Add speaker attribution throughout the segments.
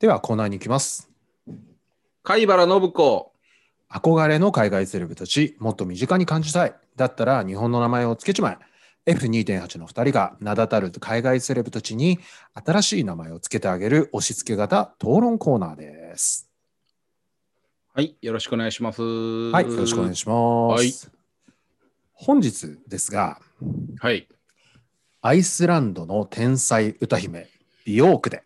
Speaker 1: ではコーナーに行きます。
Speaker 2: 貝原信子。
Speaker 1: 憧れの海外セレブたち、もっと身近に感じたい。だったら日本の名前をつけちまえ。F2.8 の2人が名だたる海外セレブたちに新しい名前をつけてあげる押し付け型討論コーナーです。
Speaker 2: はい、よろしくお願いします。は
Speaker 1: はい、よろしくお願い
Speaker 2: し
Speaker 1: します。
Speaker 2: はい
Speaker 1: 本日ですが、
Speaker 2: ます。はい。
Speaker 1: アイスランドの天才歌姫、ビヨークで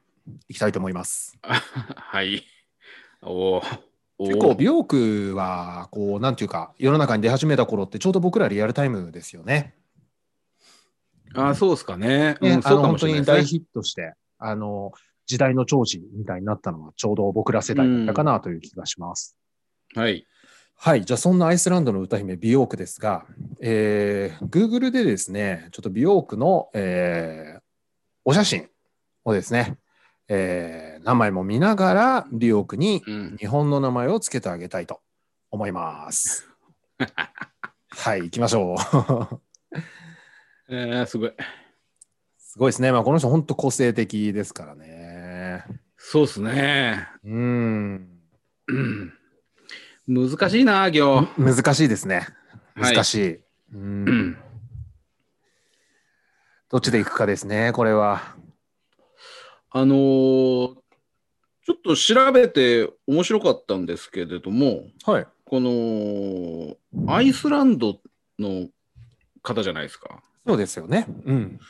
Speaker 1: いきたいと思います。
Speaker 2: はい。おーおー。
Speaker 1: 結構ビヨークはこうなんていうか世の中に出始めた頃ってちょうど僕らリアルタイムですよね。
Speaker 2: あ、そうですかね。う
Speaker 1: ね
Speaker 2: ん、
Speaker 1: あ
Speaker 2: そう
Speaker 1: の
Speaker 2: か
Speaker 1: 本
Speaker 2: もし
Speaker 1: 当
Speaker 2: れない
Speaker 1: に
Speaker 2: ですね。
Speaker 1: 大ヒットしてあの時代の寵児みたいになったのはちょうど僕ら世代だったかなという気がします。
Speaker 2: はい。
Speaker 1: はいじゃあそんなアイスランドの歌姫ビヨークですが、えー、Google でですねちょっとビヨークの、えーお写真をですね、えー何枚も見ながらビヨークに
Speaker 2: うん。
Speaker 1: 日本の名前をつけてあげたいと思い ます。はい、行きましょう。
Speaker 2: えー、すごい。
Speaker 1: すごいですね。まあ、この人、本当個性的ですからね。
Speaker 2: そうですね。
Speaker 1: うん。
Speaker 2: うん難しいな、行。
Speaker 1: 難しいですね。
Speaker 2: はい
Speaker 1: 難しい。うん
Speaker 2: うん
Speaker 1: どっちで行くかですね、これは。
Speaker 2: あのーちょっと調べて面白かったんですけれども、
Speaker 1: はい。
Speaker 2: このアイスランドの方じゃないですか。
Speaker 1: そうですよね。うん。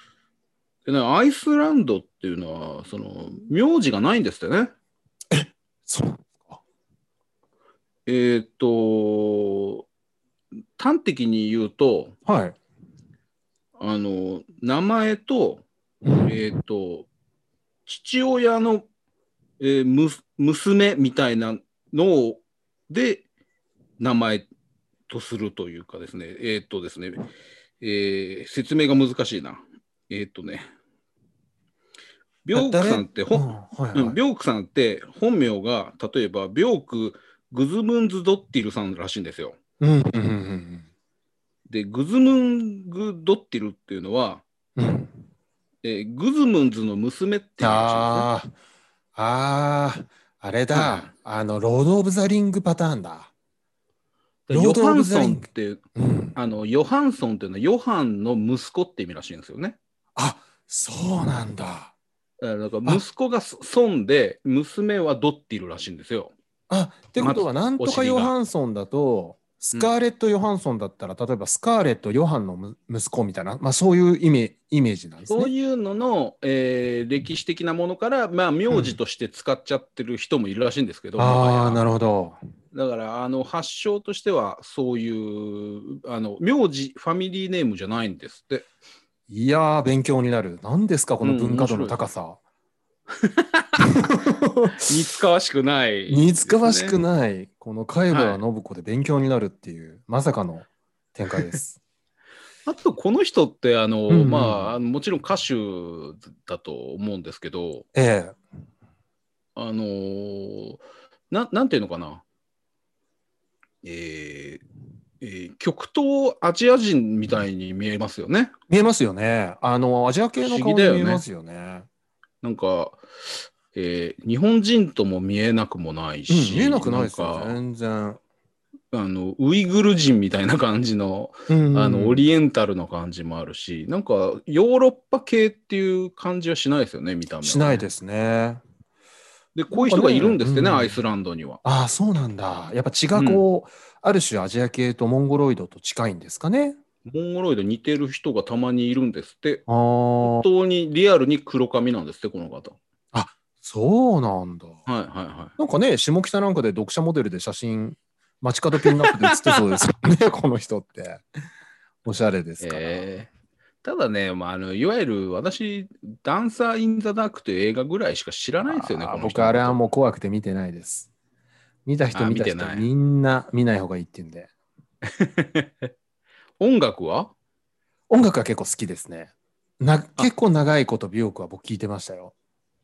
Speaker 2: でね、アイスランドっていうのは、その、名字がないんですってね。
Speaker 1: そう。
Speaker 2: えーっと、端的に言うと、
Speaker 1: はい。
Speaker 2: あの、名前と、
Speaker 1: うん
Speaker 2: えーっと、父親の、えーむ娘みたいなのをで名前とするというかですね、えーっとですね、えー説明が難しいな。えーっとね、ビョークさんって
Speaker 1: う
Speaker 2: ほ
Speaker 1: ん
Speaker 2: ん、
Speaker 1: はい
Speaker 2: うん
Speaker 1: はい
Speaker 2: ビョークさんって本名が例えばビョーク・グズムンズ・ドッティルさんらしいんですよ。
Speaker 1: うんうんうん
Speaker 2: で、グズムング・ドッティルっていうのは、
Speaker 1: うんうん
Speaker 2: えーグズムンズの娘っていうらしいんですね。
Speaker 1: あーあー、あれ
Speaker 2: はい
Speaker 1: だ。あの、ロード・オブ・ザ・リングパターンだ。ロー
Speaker 2: ヨ
Speaker 1: ド
Speaker 2: ハ
Speaker 1: オブ
Speaker 2: ン
Speaker 1: ザ
Speaker 2: ソ
Speaker 1: リ
Speaker 2: ン
Speaker 1: ン
Speaker 2: っ
Speaker 1: グ
Speaker 2: て
Speaker 1: うん、
Speaker 2: あのヨハンソンっていうのはヨハンの息子って意味らしいんですよね。
Speaker 1: あそうなんだ。
Speaker 2: だからなんか息子が孫で娘はドッティルらしいんですよ。
Speaker 1: あってことは、なんと
Speaker 2: お
Speaker 1: か
Speaker 2: 尻が
Speaker 1: ヨハンソンだと、スカーレット・ヨハンソンだったら、例えばスカーレット・ヨハンのむ息子みたいな、まあ、そういうイメイメージなんです
Speaker 2: そう
Speaker 1: ね。
Speaker 2: いうのの、えー歴史的なものから、まあ、名字として使っちゃってる人もいるらしいんですけど、もはや
Speaker 1: ああ、なるほど。
Speaker 2: だからあの発祥としてはそういうあの名字ファミリーネームじゃないんですって。
Speaker 1: いやー、勉強になる。何ですか、この文化度の高 さ。
Speaker 2: 似つかわしくない、
Speaker 1: 似つかわしく
Speaker 2: い。
Speaker 1: ない、この貝原信子で勉強になるっていう、まさかの展開です。
Speaker 2: あとこの人ってあの、
Speaker 1: うんうん
Speaker 2: まああのもちろん歌手だと思うんですけど、
Speaker 1: ええ。
Speaker 2: あのーななんていうのかな、えーえー極東アジア人みたいに見えますよね。
Speaker 1: 見えますよね。あの、アジア系の
Speaker 2: 不
Speaker 1: 顔
Speaker 2: 思議
Speaker 1: に
Speaker 2: だよ
Speaker 1: 見
Speaker 2: ね
Speaker 1: えますよね。
Speaker 2: なんか、えー日本人とも見えなくもない
Speaker 1: うん、
Speaker 2: し、
Speaker 1: 見えなくないです
Speaker 2: ん
Speaker 1: よ、
Speaker 2: か
Speaker 1: 全然。
Speaker 2: あのウイグル人みたいな感じの
Speaker 1: うん
Speaker 2: あのオリエンタルの感じもあるし、なんかヨーロッパ系っていう感じはしないですよね見た目はね
Speaker 1: しないですね。
Speaker 2: でこういう人がいるんですってね
Speaker 1: なんかねうん
Speaker 2: アイスランドには
Speaker 1: ああ、そうなんだ。やっぱ血がこう、ある種アジア系とモンゴロイドと近いんですかね。
Speaker 2: モンゴロイドに似てる人がたまにいるんですって
Speaker 1: あ
Speaker 2: 本
Speaker 1: あ、
Speaker 2: 当にリアルに黒髪なんですってこの方
Speaker 1: そうなんだ。
Speaker 2: はいはいは
Speaker 1: なんかね、下北なんかで読者モデルで写真、街角ピンナップで写ってそうですよ ね、この人って。おしゃれで
Speaker 2: い
Speaker 1: すから。
Speaker 2: えーただね、まあ、あのいわゆる私「ダンサー・イン・ザ・ダーク」という映画ぐらいしか知らないですよね
Speaker 1: あー
Speaker 2: この人
Speaker 1: 僕、あれはもう怖くて見てないです。見た
Speaker 2: あ
Speaker 1: 人
Speaker 2: ー
Speaker 1: 見た
Speaker 2: 見
Speaker 1: 人
Speaker 2: てない
Speaker 1: みんな見ない方がいいって言うんで。
Speaker 2: 音楽は
Speaker 1: 音楽は結構好きですね。な結構長いこと美容区は僕聞いてましたよ。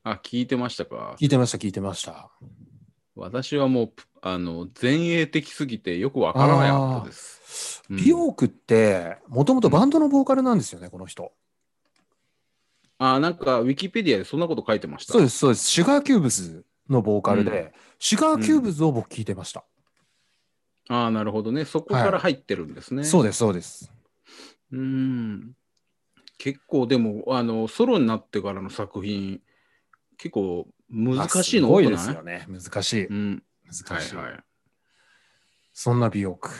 Speaker 2: あ聞いてましたか
Speaker 1: 聞いてました、聞いてました。
Speaker 2: 私はもうぷあの前衛的すぎてよくわからなかったですうん
Speaker 1: 美容区って、もともとバンドのボーカルなんですよね、この人。
Speaker 2: あなんかウィキペディアでそんなこと書いてました
Speaker 1: そうです、そうです。シュガーキューブスのボーカルで、
Speaker 2: う
Speaker 1: シガーキューブズを僕聞いてました。
Speaker 2: ああ、なるほどね。そこから入ってるんですね。
Speaker 1: そうです、そうです。
Speaker 2: うん。結構でも、あの、ソロになってからの作品、結構難しいの
Speaker 1: あすご
Speaker 2: 多
Speaker 1: い
Speaker 2: く
Speaker 1: で
Speaker 2: ない
Speaker 1: すよね。難しい。
Speaker 2: うん。は
Speaker 1: 難しい。
Speaker 2: いはい。
Speaker 1: そんな美容区。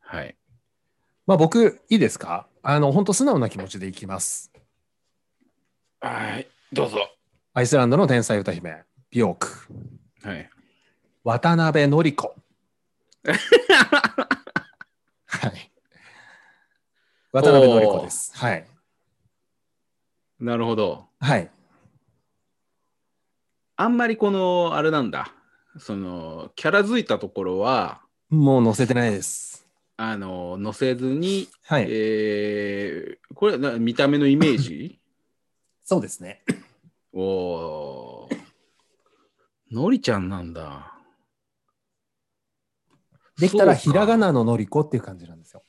Speaker 2: はい。
Speaker 1: まあ僕、いいですかあの、本当素直な気持ちでいきます。
Speaker 2: はい。どうぞ。
Speaker 1: アイスランドの天才歌姫、美容区。
Speaker 2: はい。
Speaker 1: 渡辺典 子。はい。渡辺典子です。はい。
Speaker 2: なるほど。
Speaker 1: はい。
Speaker 2: あんまりこの、あれなんだ。その、キャラづいたところは、
Speaker 1: もう載せてないです。
Speaker 2: あの、載せずに、
Speaker 1: はい。
Speaker 2: えー、これな見た目のイメージ
Speaker 1: そうですね。
Speaker 2: おーのりちゃんなんだ。
Speaker 1: できたら
Speaker 2: そ
Speaker 1: ひ
Speaker 2: うから
Speaker 1: がなの典子っていう感じなんですよ。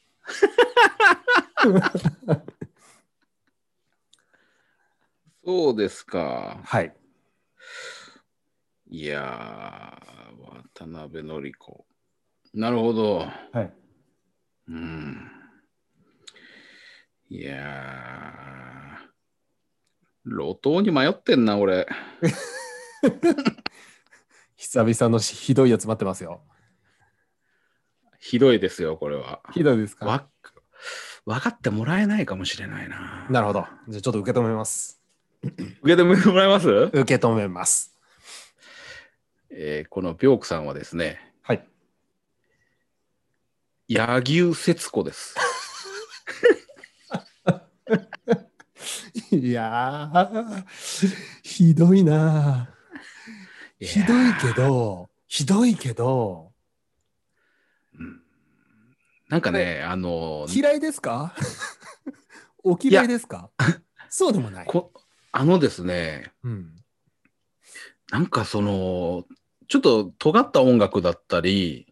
Speaker 2: そうですか。
Speaker 1: はい。
Speaker 2: いやー、渡辺典子。なるほど。
Speaker 1: はい。
Speaker 2: うん。いやー、路頭に迷ってんな、俺。
Speaker 1: 久々のしひどいやつ待ってますよ。
Speaker 2: ひどいですよ、これは。
Speaker 1: ひどいですか
Speaker 2: わ分かってもらえないかもしれないな。
Speaker 1: なるほど。じゃあちょっと受け止めます。
Speaker 2: 受け止めてもらえます
Speaker 1: 受け止めます。
Speaker 2: えーこのビョークさんはですね、
Speaker 1: はい。
Speaker 2: 柳生節子です。
Speaker 1: いやー、ひどいなあひどいけ
Speaker 2: やー、
Speaker 1: ど、ひどいけど、
Speaker 2: うんなんかね、あの
Speaker 1: 嫌いですか お嫌いですか そうでもない。
Speaker 2: こ、あのですね、
Speaker 1: うん。
Speaker 2: なんかその、ちょっと尖った音楽だったり、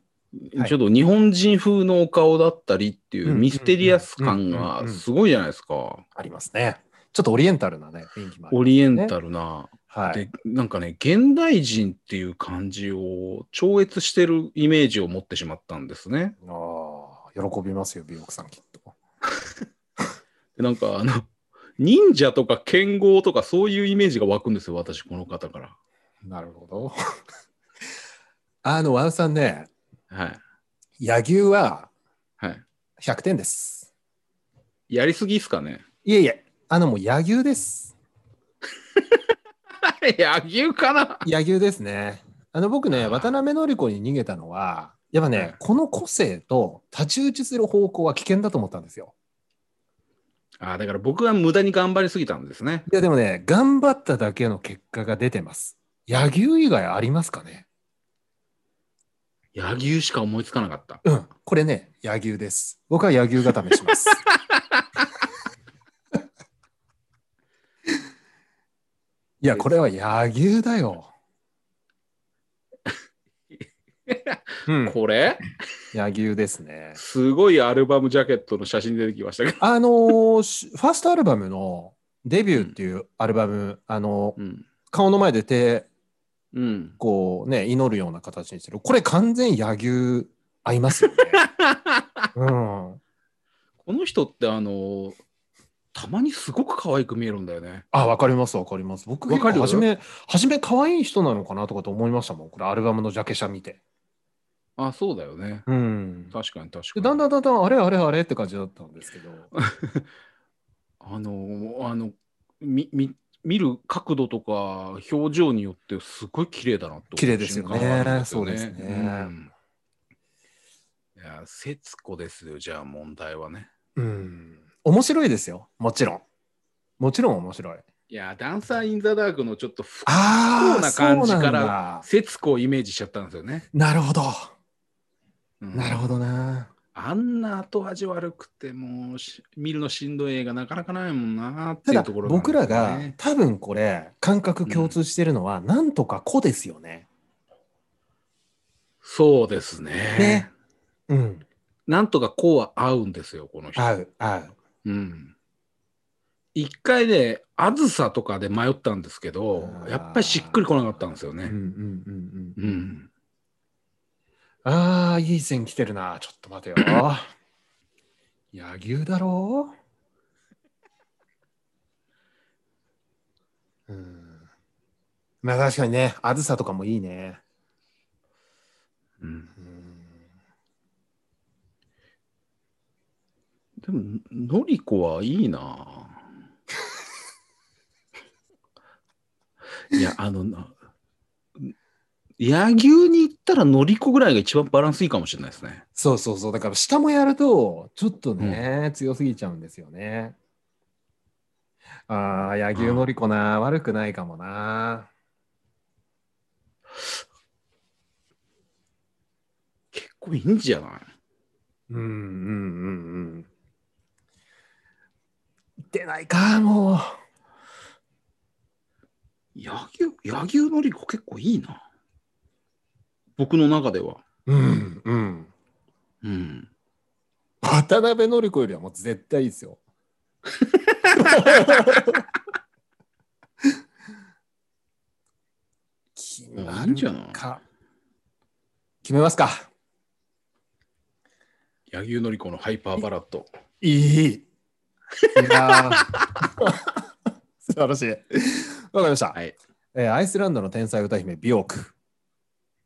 Speaker 1: はい
Speaker 2: ちょっと日本人風のお顔だったりってい
Speaker 1: うん
Speaker 2: うミステリアス
Speaker 1: う
Speaker 2: 感
Speaker 1: んうんうん
Speaker 2: が
Speaker 1: うん
Speaker 2: すごいじゃないですか。
Speaker 1: ありますね。ちょっとオリエンタルなね、雰囲気もあり
Speaker 2: オリエンタルな。
Speaker 1: はい。
Speaker 2: で、なんかね、現代人っていう感じを超越してるイメージを持ってしまったんですね。
Speaker 1: ああ、喜びますよ、美容クさんきっと。
Speaker 2: なんかあの、忍者とか剣豪とかそういうイメージが湧くんですよ、私、この方から。
Speaker 1: なるほど。あの、ワウさんね、
Speaker 2: はい。
Speaker 1: 柳生は
Speaker 2: はい。
Speaker 1: 100点です。
Speaker 2: やりすぎっすかね。
Speaker 1: いえいえ、あの、もう柳生です。
Speaker 2: 野球かな
Speaker 1: 柳生ですね。あの、僕ね、
Speaker 2: あー
Speaker 1: 渡辺典子に逃げたのは、やっぱ
Speaker 2: はい
Speaker 1: ね、この個性と太刀打ちする方向は危険だと思ったんですよ。
Speaker 2: あだから僕は無駄に頑張りすぎたんですね。
Speaker 1: いやでもね、頑張っただけの結果が出てます。柳生以外ありますかね
Speaker 2: 野球しか思いつかなかった。
Speaker 1: うん。これね、柳生です。僕は柳生が試し ます。いや、これは柳生だ よ。うん、
Speaker 2: これ
Speaker 1: 柳生ですね。
Speaker 2: すごいアルバムジャケットの写真出てきましたけど。
Speaker 1: あのーしファーストアルバムのデビューっていうアルバム、あのー
Speaker 2: うん。
Speaker 1: 顔の前で手
Speaker 2: うん。
Speaker 1: こうね、祈るような形にしてる。これ完全柳生合いますよ ね。うん。
Speaker 2: この人ってあの、たまにすごく可愛く見えるんだよね。
Speaker 1: あ、わかります、わかります。僕、
Speaker 2: わかる
Speaker 1: 初め、初め可愛い人なのかなとかと思いましたもん。これ、アルバムのジャケ写見て。
Speaker 2: あ、そうだよね。
Speaker 1: うん。
Speaker 2: 確かに確か
Speaker 1: で
Speaker 2: に。
Speaker 1: だんだんだんだん、あれあれあれって感じだったんですけど。
Speaker 2: あの、あの、み、み、見る角度とか表情によってすごい綺麗だなって
Speaker 1: 綺麗ですよね
Speaker 2: 瞬間があるん
Speaker 1: そうですね
Speaker 2: うんいや、節子ですよ、じゃあ問題はね。
Speaker 1: うん。面白いですよ。もちろん。もちろん面白い。
Speaker 2: いや、ダンサー・イン・ザ・ダークのちょっと不
Speaker 1: ああ、
Speaker 2: 幸な感じ
Speaker 1: そう
Speaker 2: か
Speaker 1: なん
Speaker 2: ら、
Speaker 1: だ
Speaker 2: 節子をイメージしちゃったんですよね。
Speaker 1: なるほど。
Speaker 2: うん
Speaker 1: なるほどな。
Speaker 2: あんな後味悪くて、もうし見るのしんどい映画なかなかないもんなーっていうところなんで
Speaker 1: 僕
Speaker 2: すよ
Speaker 1: ら
Speaker 2: ね
Speaker 1: が多分これ感覚共通してるのは、なんとか子ですよね。
Speaker 2: そうですね。
Speaker 1: ねうん。
Speaker 2: なんとかこうは合うんですよ、この人。
Speaker 1: 合う合う。
Speaker 2: うん。一回ね、あずさとかで迷ったんですけど
Speaker 1: あ、ー
Speaker 2: やっぱりしっくりこなかったんですよ
Speaker 1: うんう
Speaker 2: ね。
Speaker 1: んうんう。
Speaker 2: うんん。
Speaker 1: ああ、いい線来てるな。ちょっと待て よ。柳生だろううん。まあ確かにね、あずさとかもいいね。
Speaker 2: うん、
Speaker 1: うん
Speaker 2: でも、のりこはいい な。いや、あのな、野球に行ったらのりこぐらいが一番バランスいいかもしれないですね。
Speaker 1: そうそうそう。だから下もやると、ちょっとね、強すぎちゃうんですよね。ああ、野球のりこな、悪くないかもな。
Speaker 2: 結構いいんじゃない
Speaker 1: うんうんうんうん。出ないか、もう。
Speaker 2: 野球、野球のりこ結構いいな。僕の中では。
Speaker 1: うんうん。
Speaker 2: うん。
Speaker 1: 渡辺典子よりはもう絶対いいです よ。決ま
Speaker 2: いいんじゃな
Speaker 1: る
Speaker 2: い
Speaker 1: か。決めますか。
Speaker 2: 野球のりこのハイパーバラット。
Speaker 1: いい。いやー 素晴らしい。わかりました、
Speaker 2: はい。
Speaker 1: えーアイスランドの天才歌姫、ビョーク。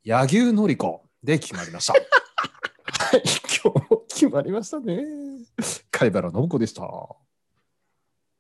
Speaker 1: 柳生典子で決まりま した。はい、今日も決まりましたね。貝原信子でした。